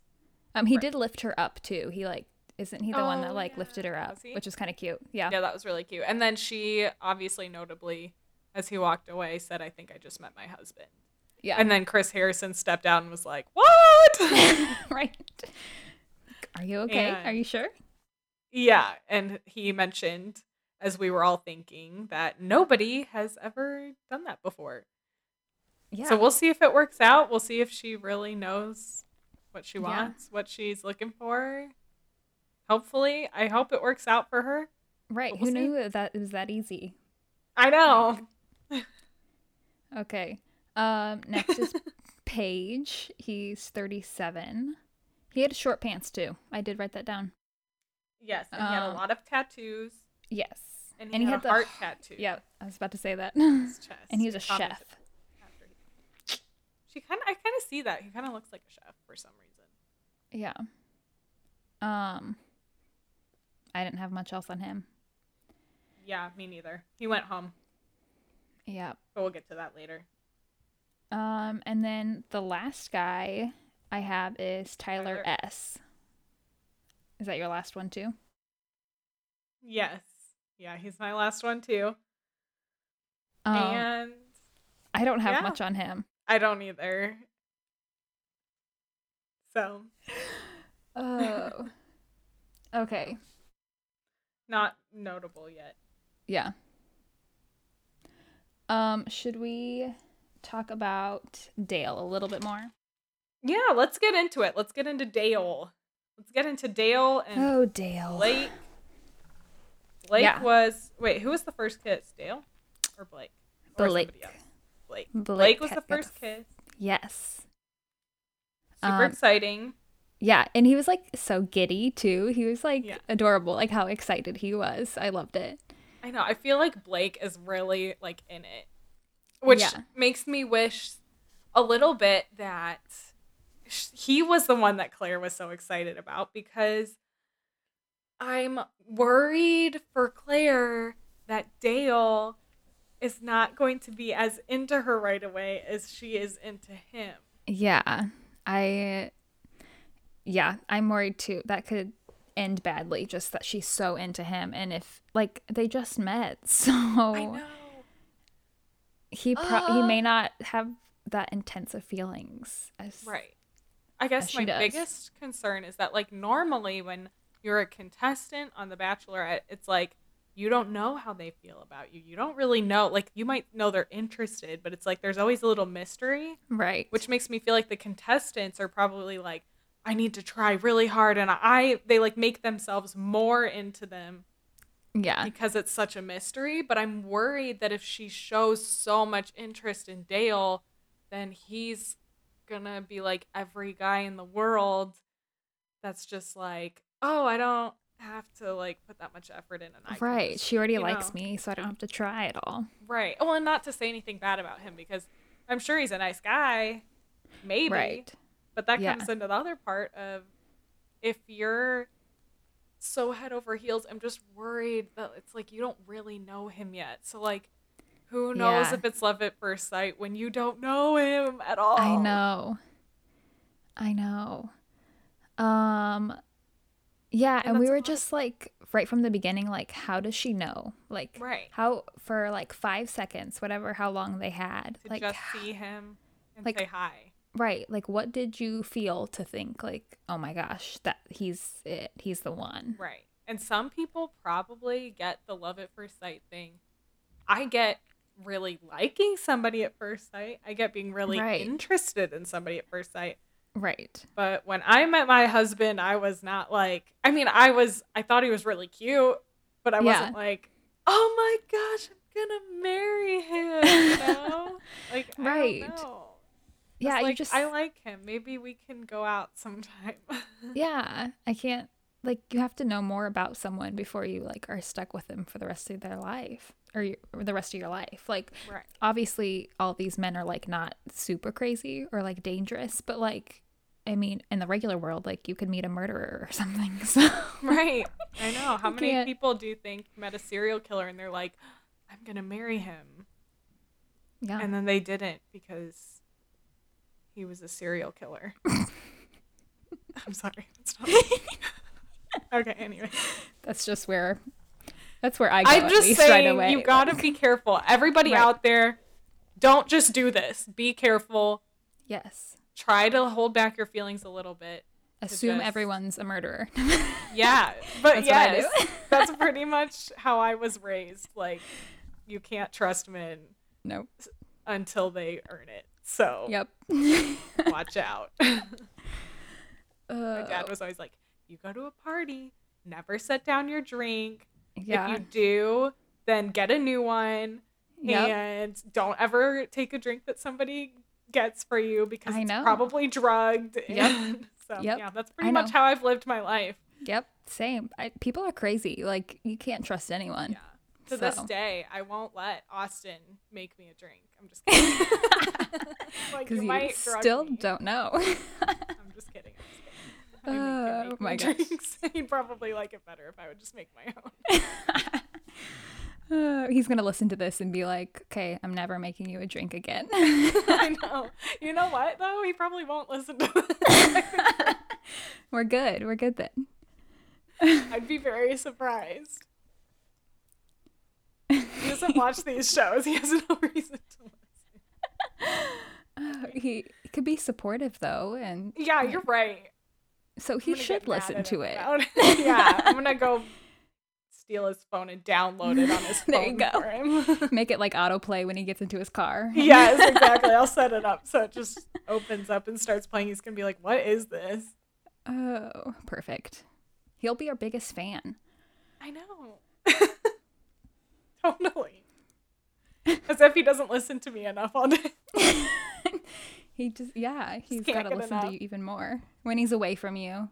um, he did lift her up too. He like isn't he the one
Oh,
that like lifted her
yeah.
up,
Was he?
which was kind of cute. Yeah.
Yeah, that was really cute. And then she obviously notably as he walked away said, I think I just met my husband.
yeah,
And then Chris Harrison stepped out and was like, What?
right. Are you okay?
And-
Are you sure?
yeah. And he mentioned, as we were all thinking, that nobody has ever done that before.
Yeah,
So we'll see if it works out. We'll see if she really knows what she
Yeah.
wants, what she's looking for. Hopefully, I hope it works out for her.
right.
we'll
Who
see.
knew that it was that easy?
I know.
Okay. Um, next is Paige. He's thirty-seven. He had short pants too. I did write that down.
Yes. And he had a
Um,
lot of tattoos.
Yes.
And he, had, a heart tattoo.
Yeah, I was about to say that.
on
and
his chest.
he was a
Commented
chef.
after he- She kind of, I kind of see that. He kind of looks like a chef for some reason.
Yeah. Um I didn't have much else on him.
Yeah, me neither. He went home,
Yeah.
but we'll get to that later.
Um and then the last guy I have is Tyler,
Tyler.
S. Is that your last one too?
Yes. Yeah, he's my last one too.
Um,
and
I don't have
yeah.
much on him.
I don't either. So,
Oh. okay.
not notable yet.
Yeah. Um, should we talk about Dale a little bit more?
Yeah, let's get into it. Let's get into Dale. Let's get into Dale and
Oh, Dale.
Blake. Blake
Yeah.
was wait, who was the first kiss? Dale or Blake? Or somebody
Blake.
else? Blake.
Blake
Blake was
had-
the
got the
first kiss.
Yes.
Super
Um,
exciting.
Yeah, and he was like so giddy too. He was like
Yeah.
adorable, like how excited he was. I loved it.
I know. I feel like Blake is really like in it, which
Yeah.
makes me wish a little bit that sh- he was the one that Claire was so excited about because I'm worried for Claire that Dale is not going to be as into her right away as she is into him.
Yeah. I yeah, I'm worried too. That could end badly just that she's so into him and if like they just met.
I
So
know.
he pro- he
Uh.
may not have that intense of feelings as
Right. I guess
she
my
does.
biggest concern is that like normally when you're a contestant on The Bachelorette, it's like you don't know how they feel about you. You don't really know. Like you might know they're interested, but it's like there's always a little mystery,
right.
which makes me feel like the contestants are probably like I need to try really hard and I they like make themselves more into them
yeah.
because it's such a mystery, but I'm worried that if she shows so much interest in Dale, then he's gonna be like every guy in the world that's just like, oh, I don't have to like put that much effort in an eye.
Right.
test,"
She already
you
likes
know?
me, so I don't have to try at all.
Right. Well, and not to say anything bad about him because I'm sure he's a nice guy. Maybe.
Right.
But that
Yeah.
comes into the other part of if you're so head over heels, I'm just worried that it's like you don't really know him yet. So like who knows
Yeah.
if it's love at first sight when you don't know him at all.
I know. I know. Um yeah,
And
and we
that's
were
hard.
just like right from the beginning like how does she know? Like
Right.
how for like 5 seconds, whatever how long they had.
To
Like
just see him and
like-
say hi.
right, like what did you feel to think like oh my gosh, that he's it. He's the one.
Right. And some people probably get the love at first sight thing. I get really liking somebody at first sight. I get being really
Right.
interested in somebody at first sight.
Right.
But when I met my husband, I was not like, I mean, I was, I thought he was really cute, but I wasn't like, oh my gosh, I'm going to marry him. You know? like, right.
Right. yeah,
like,
you just
I like him. Maybe we can go out sometime.
Yeah, I can't like you have to know more about someone before you like are stuck with them for the rest of their life or, your, or the rest of your life. Like
right.
obviously all these men are like not super crazy or like dangerous, but like I mean, in the regular world, like you could meet a murderer or something. So
Right. I know. How
You
many
can't-
people do you think met a serial killer and they're like, I'm going to marry him?
yeah,
And then they didn't because he was a serial killer. I'm sorry. It's not okay, anyway.
that's just where that's where I go
I'm
at
just
least right
saying
away.
you got to be careful. Everybody
Right.
out there, don't just do this. Be careful.
yes.
Try to hold back your feelings a little bit.
Assume
just-
everyone's a murderer.
Yeah, but
That's what I
yes,
do.
that's pretty much how I was raised. Like, you can't trust men
no.
until they earn it. So
Yep.
watch out. My
Uh,
dad was always like, "You go to a party, never set down your drink.
yeah.
If you do, then get a new one,
Yep.
and don't ever take a drink that somebody gets for you because
I
it's
know.
probably drugged." And so
Yep.
yeah, that's pretty
I
much
know.
how I've lived my life.
Yep, same. I, people are crazy. Like you can't trust anyone.
Yeah. To this
So-
day, I won't let Austin make me a drink. I'm just kidding. like
because
you,
you,
might drug
still
me.
don't know.
I'm just kidding. I'm just kidding. I
Oh,
make him make
my
me
gosh.
drinks. He'd probably like it better if I would just make my own.
Uh, he's gonna listen to this and be like, "Okay, I'm never making you a drink again."
I know. You know what though? He probably won't listen to this.
We're good. We're good then.
I'd be very surprised. He doesn't watch these shows. He has no reason to listen.
Uh, he, he could be supportive though, and
Yeah, you're right.
so
I'm
he
gonna
should
get mad
listen
at
to
him
it.
about yeah, I'm gonna go steal his phone and download it on his phone
There you go.
for him.
Make it like autoplay when he gets into his car.
yes, exactly. I'll set it up so it just opens up and starts playing. He's gonna be like, "What is this?"
Oh, perfect. He'll be our biggest fan.
I know. totally. As if he doesn't listen to me enough all day.
He just, yeah, he's
can't
got to
get
listen
enough.
to you even more when he's away from you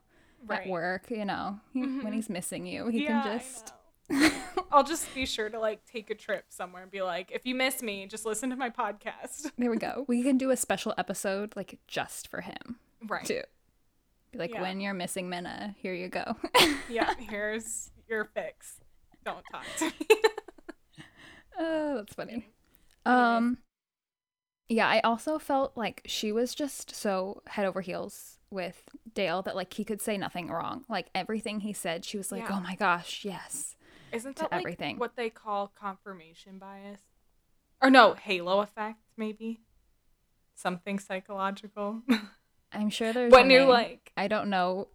at work. You know, he, when
Mhm.
he's missing you, he
Yeah, I
can just.
know. I'll just be sure to like take a trip somewhere and be like, if you miss me, just listen to my podcast.
There we go. We can do a special episode like just for him
Right.
too. Be like,
Yeah.
when you're missing Minna, here you go.
Yeah, here's your fix. Don't talk to me.
oh, that's funny.
Anyways.
Um, yeah, I also felt like she was just so head over heels with Dale that like he could say nothing wrong. Like everything he said, she was like,
Yeah.
"Oh my gosh, yes."
Isn't
to
that like
everything.
what they call confirmation bias? Or no, halo effect, maybe? Something psychological.
I'm sure there's
when
a
you
name.
like
I don't know.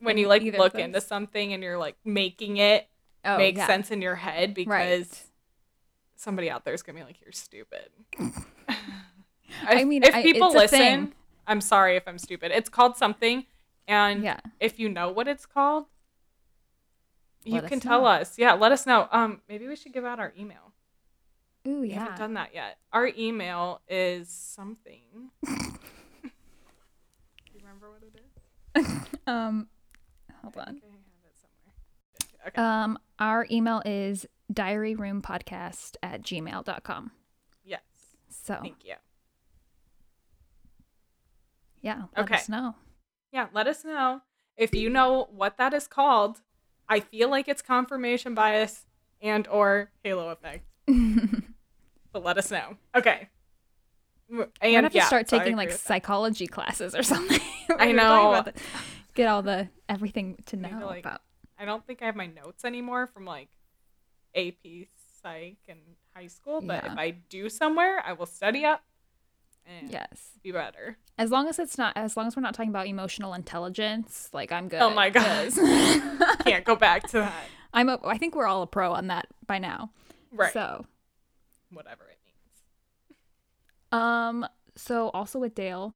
when
in
you like
either of
look
those.
into something and you're like making it
Oh,
make
yeah.
sense in your head because
Right.
somebody out there is gonna be like, "You're stupid."
I
If-
mean,
if
I-
people
it's a
listen,
thing.
I'm sorry if I'm stupid. It's called something, and
Yeah.
if you know what it's called, you
Let
can
us
tell
know.
us. Yeah, let us know. Um, maybe we should give out our email.
Ooh,
We haven't
yeah.
done that yet. Our email is something. Do you remember what it is?
Um, hold
I
on.
think I have it somewhere. Okay.
Um, our email is diaryroompodcast at gmail.com.
yes.
So,
Thank you.
yeah, let
Okay.
us know.
Yeah, let us know if you know what that is called. I feel like it's confirmation bias and or halo effect. but let us know. Okay. M-
We're
And
gonna have
yeah,
to start
so I
taking
agree
like
with that.
psychology classes or something.
I
We were talking about
know.
that. Get all the everything to
Maybe,
know
like-
about.
I don't think I have my notes anymore from like AP psych and high school, but
Yeah.
if I do somewhere, I will study up and
Yes.
be better.
As long as it's not as long as we're not talking about emotional intelligence, like I'm good.
Oh my gosh. Can't go back to that.
I'm a, I think we're all a pro on that by now.
Right.
So,
Whatever it means.
um so also with Dale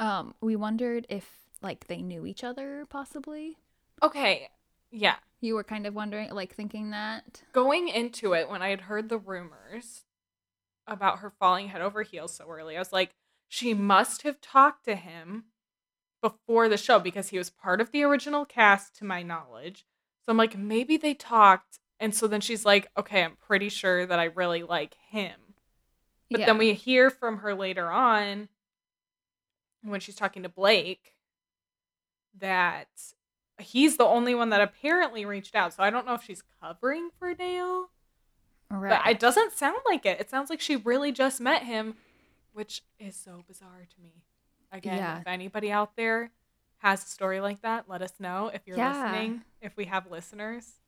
um we wondered if like they knew each other possibly.
Okay. Yeah.
You were kind of wondering like thinking that.
going into it when i had heard the rumors about her falling head over heels so early i was like she must have talked to him before the show because he was part of the original cast to my knowledge so i'm like maybe they talked and so then she's like okay i'm pretty sure that i really like him but
Yeah.
then we hear from her later on when she's talking to Blake that he's the only one that apparently reached out. So I don't know if she's covering for Dale,
right.
but it doesn't sound like it. It sounds like she really just met him, which is so bizarre to me. Again,
Yeah.
if anybody out there has a story like that, let us know if you're
Yeah.
listening, if we have listeners.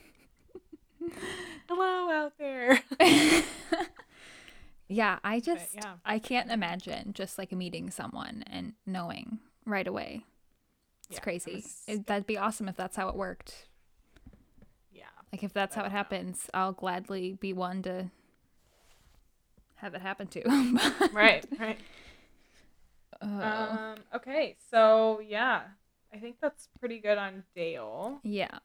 Hello out there.
Yeah, I just
yeah.
I can't imagine just like meeting someone and knowing right away.
Yeah,
It's
it
crazy.
was-
It- that'd be awesome if that's how it worked.
Yeah.
Like if that's
I
how it
don't know.
happens, I'll gladly be one to have it happen
Um,
to. But,
Right, right.
oh.
Um, okay, so yeah, I think that's pretty good on Dale.
yeah.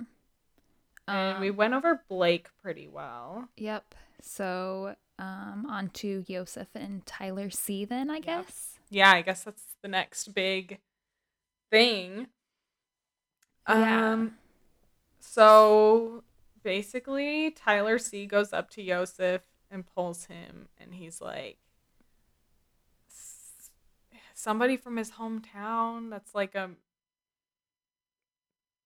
And we
Um,
went over Blake pretty well.
Yep. So um on to Yosef and Tyler C then, I
Yep.
guess.
Yeah, I guess that's the next big thing.
Yeah.
Um, so basically, Tyler C goes up to Yosef and pulls him, and he's like, "S- somebody from his hometown that's like a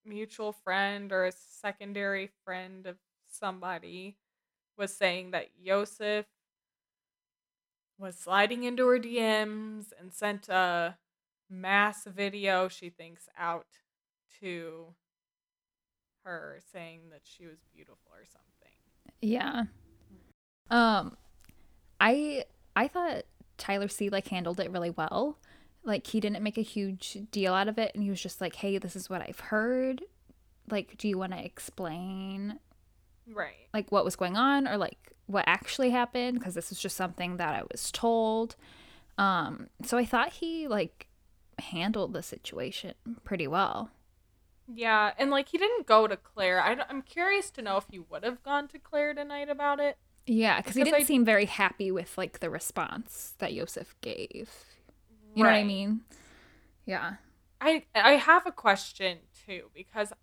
mutual friend or a secondary friend of somebody was saying that Yosef was sliding into her DMs and sent a mass video she thinks out to her saying that she was beautiful or something.
Yeah. Um I I thought Tyler C like handled it really well. Like he didn't make a huge deal out of it and he was just like, "Hey, this is what I've heard. Like, do you want to explain
Right.
like what was going on or like what actually happened because this is just something that I was told. Um so I thought he like handled the situation pretty well.
Yeah, and like he didn't go to Claire. I am curious to know if he would have gone to Claire tonight about it.
Yeah, because he
Because
didn't
I-
seem very happy with like the response that Yosef gave. You know what I
Right.
mean? Yeah.
I I have a question too because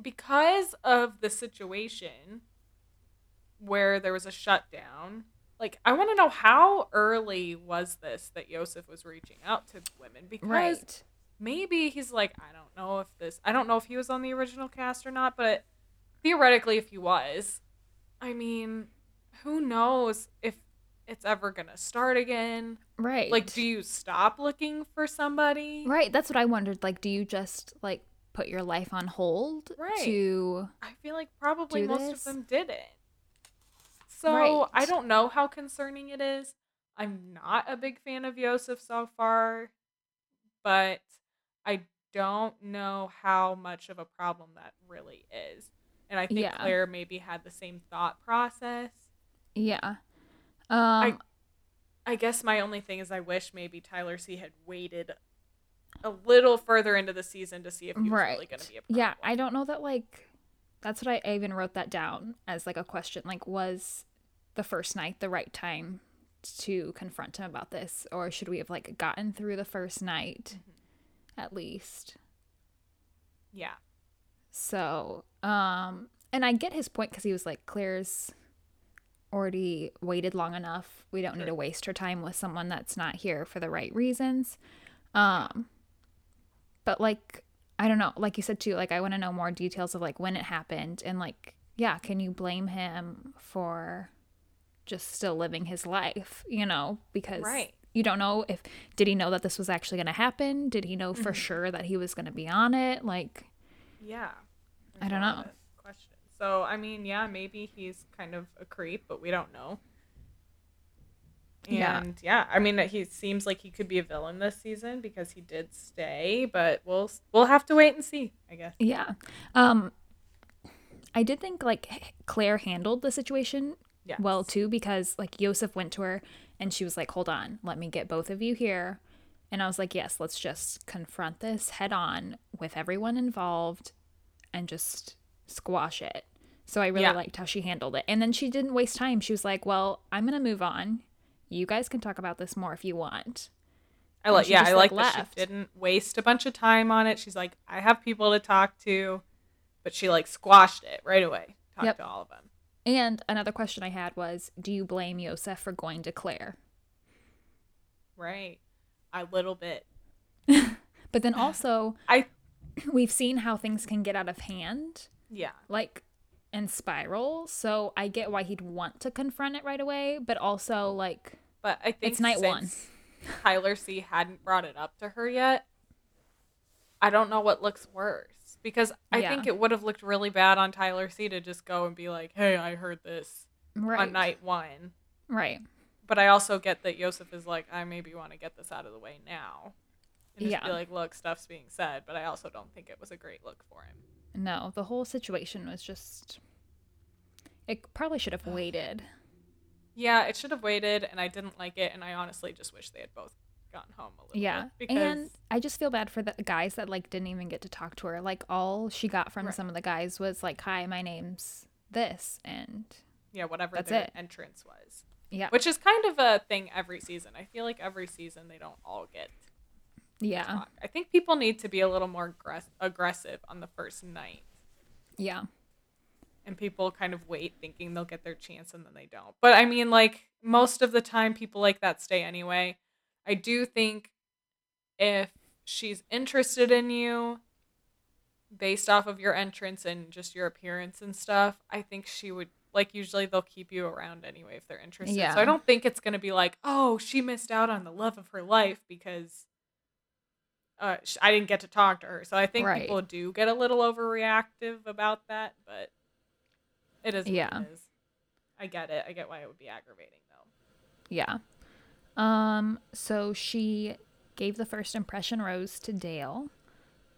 because of the situation where there was a shutdown. Like I want to know how early was this that Yosef was reaching out to women because
Right.
maybe he's like I don't know if this I don't know if he was on the original cast or not, but theoretically if he was, I mean, who knows if it's ever going to start again?
Right.
Like do you stop looking for somebody?
Right. That's what I wondered. Like, do you just like put your life on hold
Right.
to
I feel like probably
do
most
this?
of them didn't. So
Right.
I don't know how concerning it is. I'm not a big fan of Yosef so far, but I don't know how much of a problem that really is. And I think
Yeah.
Claire maybe had the same thought process.
Yeah. Um
I guess my only thing is I wish maybe Tyler C had waited a little further into the season to see if he was
right.
really going to be a problem.
yeah, I don't know that like that's what I, I even wrote that down as like a question. Like, was the first night the right time to confront him about this? Or should we have like gotten through the first night
Mm-hmm.
at least?
yeah.
So, um, and I get his point because he was like, Claire's already waited long enough. We don't need
Sure.
to waste her time with someone that's not here for the right reasons. Um, but like, I don't know, like you said too, like, I want to know more details of like when it happened and like, yeah, can you blame him for just still living his life, you know, because
Right.
you don't know if did he know that this was actually going to happen? Did he know
Mm-hmm.
for sure that he was going to be on it? Like,
Yeah.
I don't
a lot
know.
of Question. So I mean, yeah, maybe he's kind of a creep, but we don't know.
Yeah.
And yeah, I mean, he seems like he could be a villain this season because he did stay, but we'll we'll have to wait and see, I guess.
Yeah. Um I did think like H- Claire handled the situation
Yeah.
well too because like Yosef went to her and she was like, "Hold on, let me get both of you here." And I was like, "Yes, let's just confront this head on with everyone involved and just squash it." So I really
Yeah.
liked how she handled it. And then she didn't waste time. She was like, "Well, I'm going to move on. You guys can talk about this more if you want."
I like.
she
Yeah,
just,
I
like,
like that
left.
she didn't waste a bunch of time on it. She's like, I have people to talk to, but she like squashed it right away. Talked
Yep.
to all of them.
And another question I had was, "Do you blame Yosef for going to Claire?"
Right. A little bit.
But then also,
I
we've seen how things can get out of hand,
yeah.
like and spiral. So I get why he'd want to confront it right away, but also like
But I think
It's night one.
since Tyler C hadn't brought it up to her yet. I don't know what looks worse because I
Yeah.
think it would have looked really bad on Tyler C to just go and be like, "Hey, I heard this
right,
on night one."
right,
But I also get that Yosef is like, "I maybe want to get this out of the way now." And just
Yeah.
be like, "Look, stuff's being said," but I also don't think it was a great look for him.
no, the whole situation was just. It probably should have waited.
Yeah, it should have waited, and I didn't like it, and I honestly just wish they had both gotten home a little
Yeah,
bit because
and I just feel bad for the guys that like didn't even get to talk to her. Like all she got from
Right.
some of the guys was like, "Hi, my name's this," and
yeah, whatever
That's
their
it.
entrance was.
yeah,
which is kind of a thing every season. I feel like every season they don't all get.
yeah,
Talk. I think people need to be a little more aggress- aggressive on the first night,
yeah,
and people kind of wait thinking they'll get their chance and then they don't. But I mean, like most of the time, people like that stay anyway. I do think if she's interested in you based off of your entrance and just your appearance and stuff, I think she would like usually they'll keep you around anyway if they're interested.
Yeah.
So I don't think it's going to be like, "Oh, she missed out on the love of her life because uh, sh- I didn't get to talk to her. So I think
Right.
people do get a little overreactive about that, but it is.
Yeah.
What it is. I get it. I get why it would be aggravating though.
Yeah. Um, so she gave the first impression rose to Dale,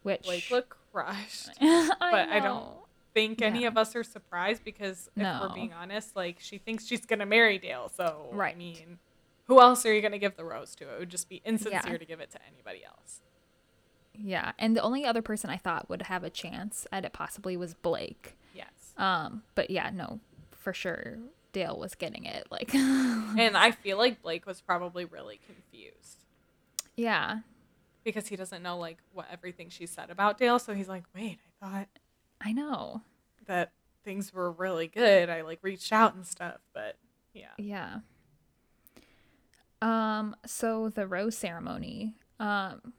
which
Blake looked crushed.
I
but I don't-
know.
Think any
Yeah.
of us are surprised because if
No.
we're being honest, like she thinks she's gonna marry Dale. So
Right.
I mean, who else are you gonna give the rose to? It would just be insincere to give it to anybody else.
Yeah. And the only other person I thought would have a chance at it possibly was Blake.
Yes.
Um, but yeah, no, for sure Dale was getting it. Like Uh-huh.
and I feel like Blake was probably really confused
Yeah.
because he doesn't know like what everything she said about Dale. So he's like, wait, I thought
I know.
that things were really good. I like reached out and stuff, but yeah.
Yeah. Um, so the rose ceremony. Um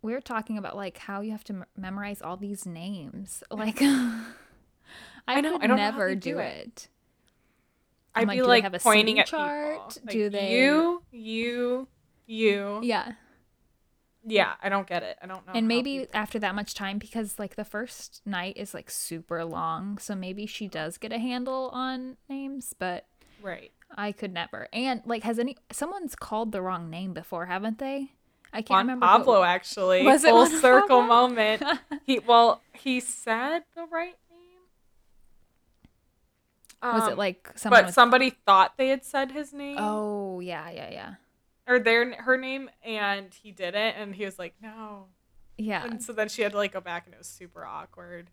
we are talking about like how you have to m- memorize all these names. Like I,
know,
could
I don't know how
never
they
do
do it.
it. I'm
I'd
like,
be
do they
like
have a
pointing
seating
at
chart?
people. Like,
Do they-
You, you, you.
Yeah.
Yeah, I don't get it. I don't know.
And
how
maybe
people-
after that much time because like the first night is like super long, so maybe she does get a handle on names, but
right.
I could never. And like has any someone's called the wrong name before, haven't they? I can't
Juan
remember.
Pablo
who-
actually
Was it
full
Juan
circle
Pablo?
moment. He well, he said the right name.
was
Um,
it like someone
But
with-
somebody thought they had said his name
Oh, yeah, yeah, yeah.
or their her name, and he didn't, and he was like, "No."
Yeah.
And so then she had to like go back, and it was super awkward.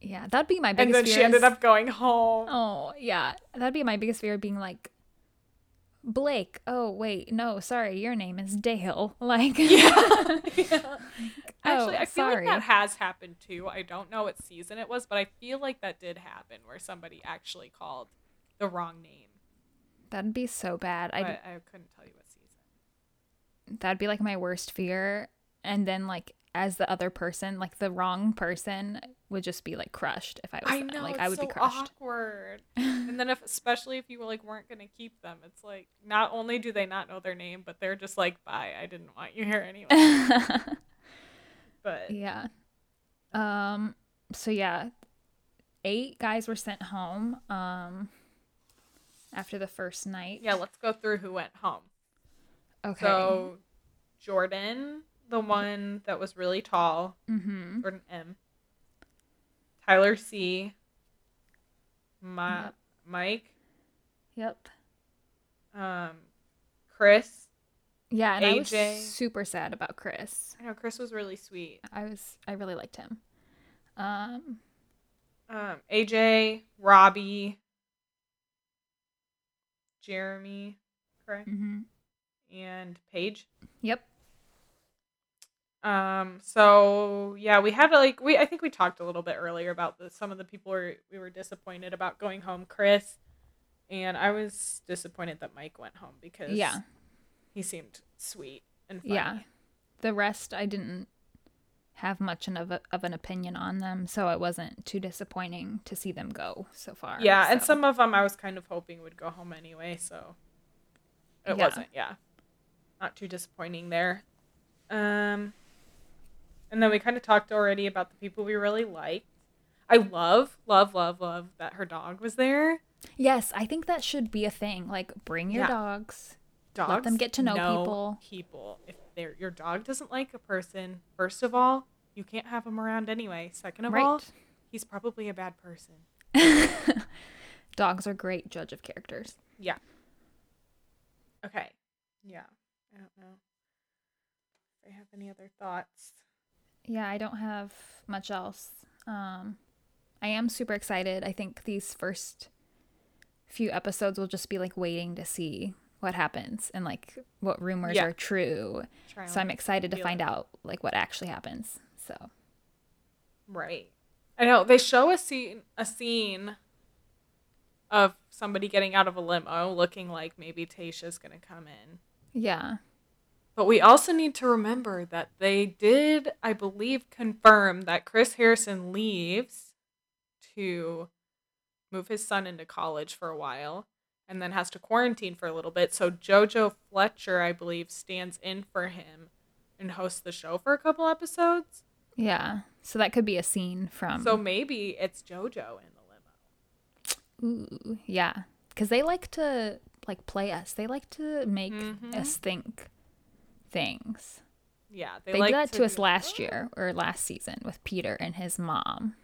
Yeah. That'd be my biggest
and then
fear.
she ended
is-
up going home.
Oh, yeah. That'd be my biggest fear being like Blake. Oh, wait. No, sorry. Your name is Dale. Like
Actually,
Oh,
I feel
sorry.
like that has happened too. I don't know what season it was, but I feel like that did happen where somebody actually called the wrong name.
That'd be so bad.
But
I
I couldn't tell you what season.
that'd be like my worst fear and then like as the other person, like the wrong person would just be like crushed if I was
I
them.
know.
like
it's
I would
so
be crushed.
awkward. and then if especially if you were like weren't gonna keep them, it's like not only do they not know their name, but they're just like, bye, I didn't want you here anyway. But
Yeah. Um so yeah, eight guys were sent home um after the first night.
yeah, let's go through who went home.
Okay.
So Jordan, the one that was really tall,
mm-hmm.
Jordan M. Tyler C. My,
Yep.
Mike,
Yep.
um, Chris.
Yeah, and I
AJ.
was super sad about Chris.
I know Chris was really sweet.
I was I really liked him. Um
Um, AJ, Robbie, Jeremy, correct,
mhm.
and Paige.
Yep.
Um, so yeah, we had like we I think we talked a little bit earlier about the, some of the people were, we were disappointed about going home, Chris, and I was disappointed that Mike went home because
Yeah.
he seemed sweet and funny.
Yeah. The rest I didn't have much of, a, of an opinion on them, so it wasn't too disappointing to see them go so far.
Yeah, and
so-
some of them I was kind of hoping would go home anyway, so it
Yeah.
wasn't. Yeah, not too disappointing there. Um, and then we kind of talked already about the people we really liked. I love, love, love, love that her dog was there.
Yes, I think that should be a thing. Like bring your
Yeah.
dogs.
Dogs
them get to know people.
People, if they're, your dog doesn't like a person, first of all, you can't have him around anyway. Second of all,
Right.
he's probably a bad person.
Dogs are great judge of characters.
Yeah. Okay. Yeah. I don't know. If I have any other thoughts.
Yeah, I don't have much else. Um, I am super excited. I think these first few episodes will just be like waiting to see what happens and like what rumors
Yeah.
are true.
Try
So I'm excited to
feel
find
it.
out like what actually happens. So
right. I know they show a scene a scene of somebody getting out of a limo looking like maybe Tasha's going to come in.
yeah,
But we also need to remember that they did, I believe, confirm that Chris Harrison leaves to move his son into college for a while and then has to quarantine for a little bit. So JoJo Fletcher, I believe, stands in for him and host the show for a couple episodes.
Yeah. So that could be a scene from.
So maybe it's JoJo in the limo.
Ooh, yeah. Because they like to like play us. They like to make
Mhm.
us think things.
Yeah,
They,
like
did that to, us
do-
last year or last season with Peter and his mom.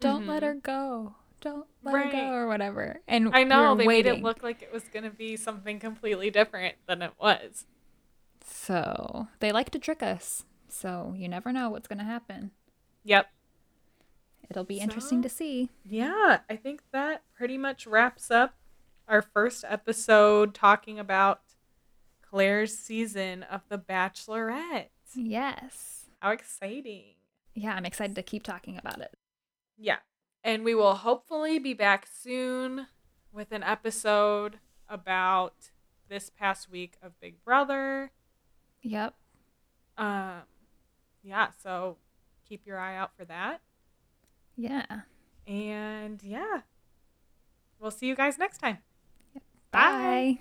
Don't let her go. Don't let her
Mm-hmm. Right.
go or whatever. And
I know
we
they
were waiting.
made it look like it was gonna be something completely different than it was.
so they like to trick us. So you never know what's gonna happen.
Yep.
It'll be interesting to see.
Yeah, I think that pretty much wraps up our first episode talking about Claire's season of The Bachelorette.
Yes.
How exciting!
Yeah, I'm excited to keep talking about it.
Yeah. And we will hopefully be back soon with an episode about this past week of Big Brother.
Yep.
Um, yeah, so keep your eye out for that.
Yeah.
And yeah, we'll see you guys next time.
Bye.